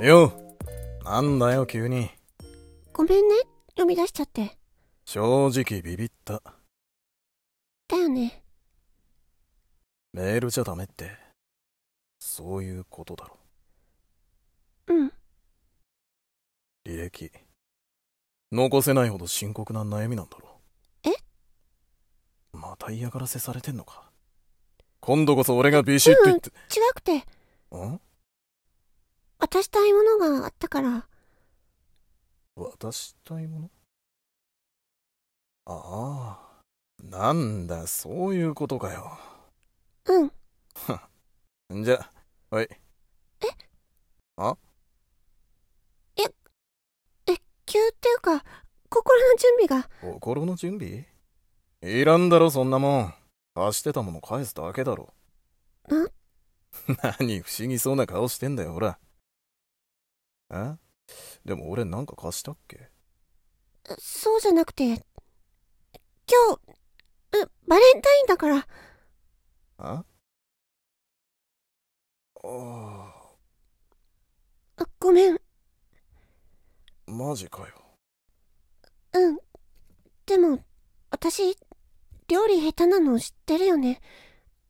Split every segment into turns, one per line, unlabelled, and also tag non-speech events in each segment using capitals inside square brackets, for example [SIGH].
ようなんだよ急に
ごめんね、呼び出しちゃって。
正直ビビった
だよね。
メールじゃダメってそういうことだろ
うん。
履歴残せないほど深刻な悩みなんだろ
え
また嫌がらせされてんのか今度こそ俺がビシッと言って、
違くて、
ん
渡したいものがあったから、
渡したいものああなんだそういうことかよ
うん。
んじゃはい
急っていうか、心の準備が、
心の準備いらんだろそんなもん貸してたもの返すだけだろ
ん
何不思議そうな顔してんだよほらえでも俺なんか貸したっけ
そうじゃなくて、今日、う、バレンタインだから、
あああ
あごめん、
マジかよ
うん。でも、私、料理下手なの知ってるよね。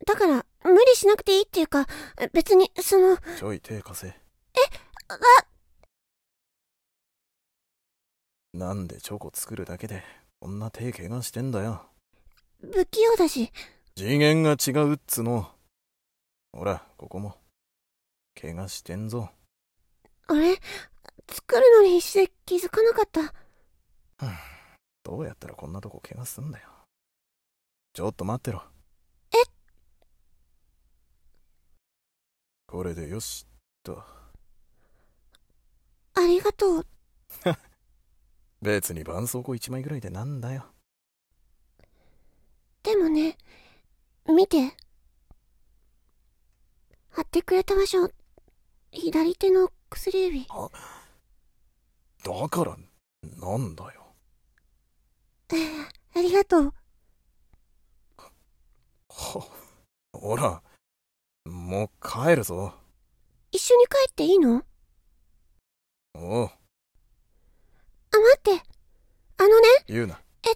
だから、無理しなくていいっていうか、別に、その、
ちょい手貸せ
あ、
なんでチョコ作るだけでこんな手怪我してんだよ
不器用だし、
次元が違うっつのほらここも怪我してんぞ
あれ、作るのに必死で気づかなかった。
どうやったらこんなとこ怪我すんだよちょっと待ってろ
え
これでよし
ありがとう。
別に絆創膏1枚ぐらいでなんだよ
でもね、見て。貼ってくれた場所、左手の薬指。 [LAUGHS]
だからなんだよ
ありがとう。
はほらもう帰るぞ
一緒に帰っていいのあ、
おう
待って。あのね、
言うな
え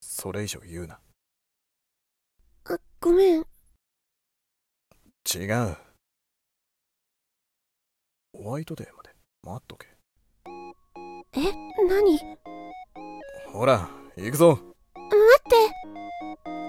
それ以上言うな
あ、ごめん。
違うホワイトデーまで待っとけ
え、何待
ほら行くぞ
って。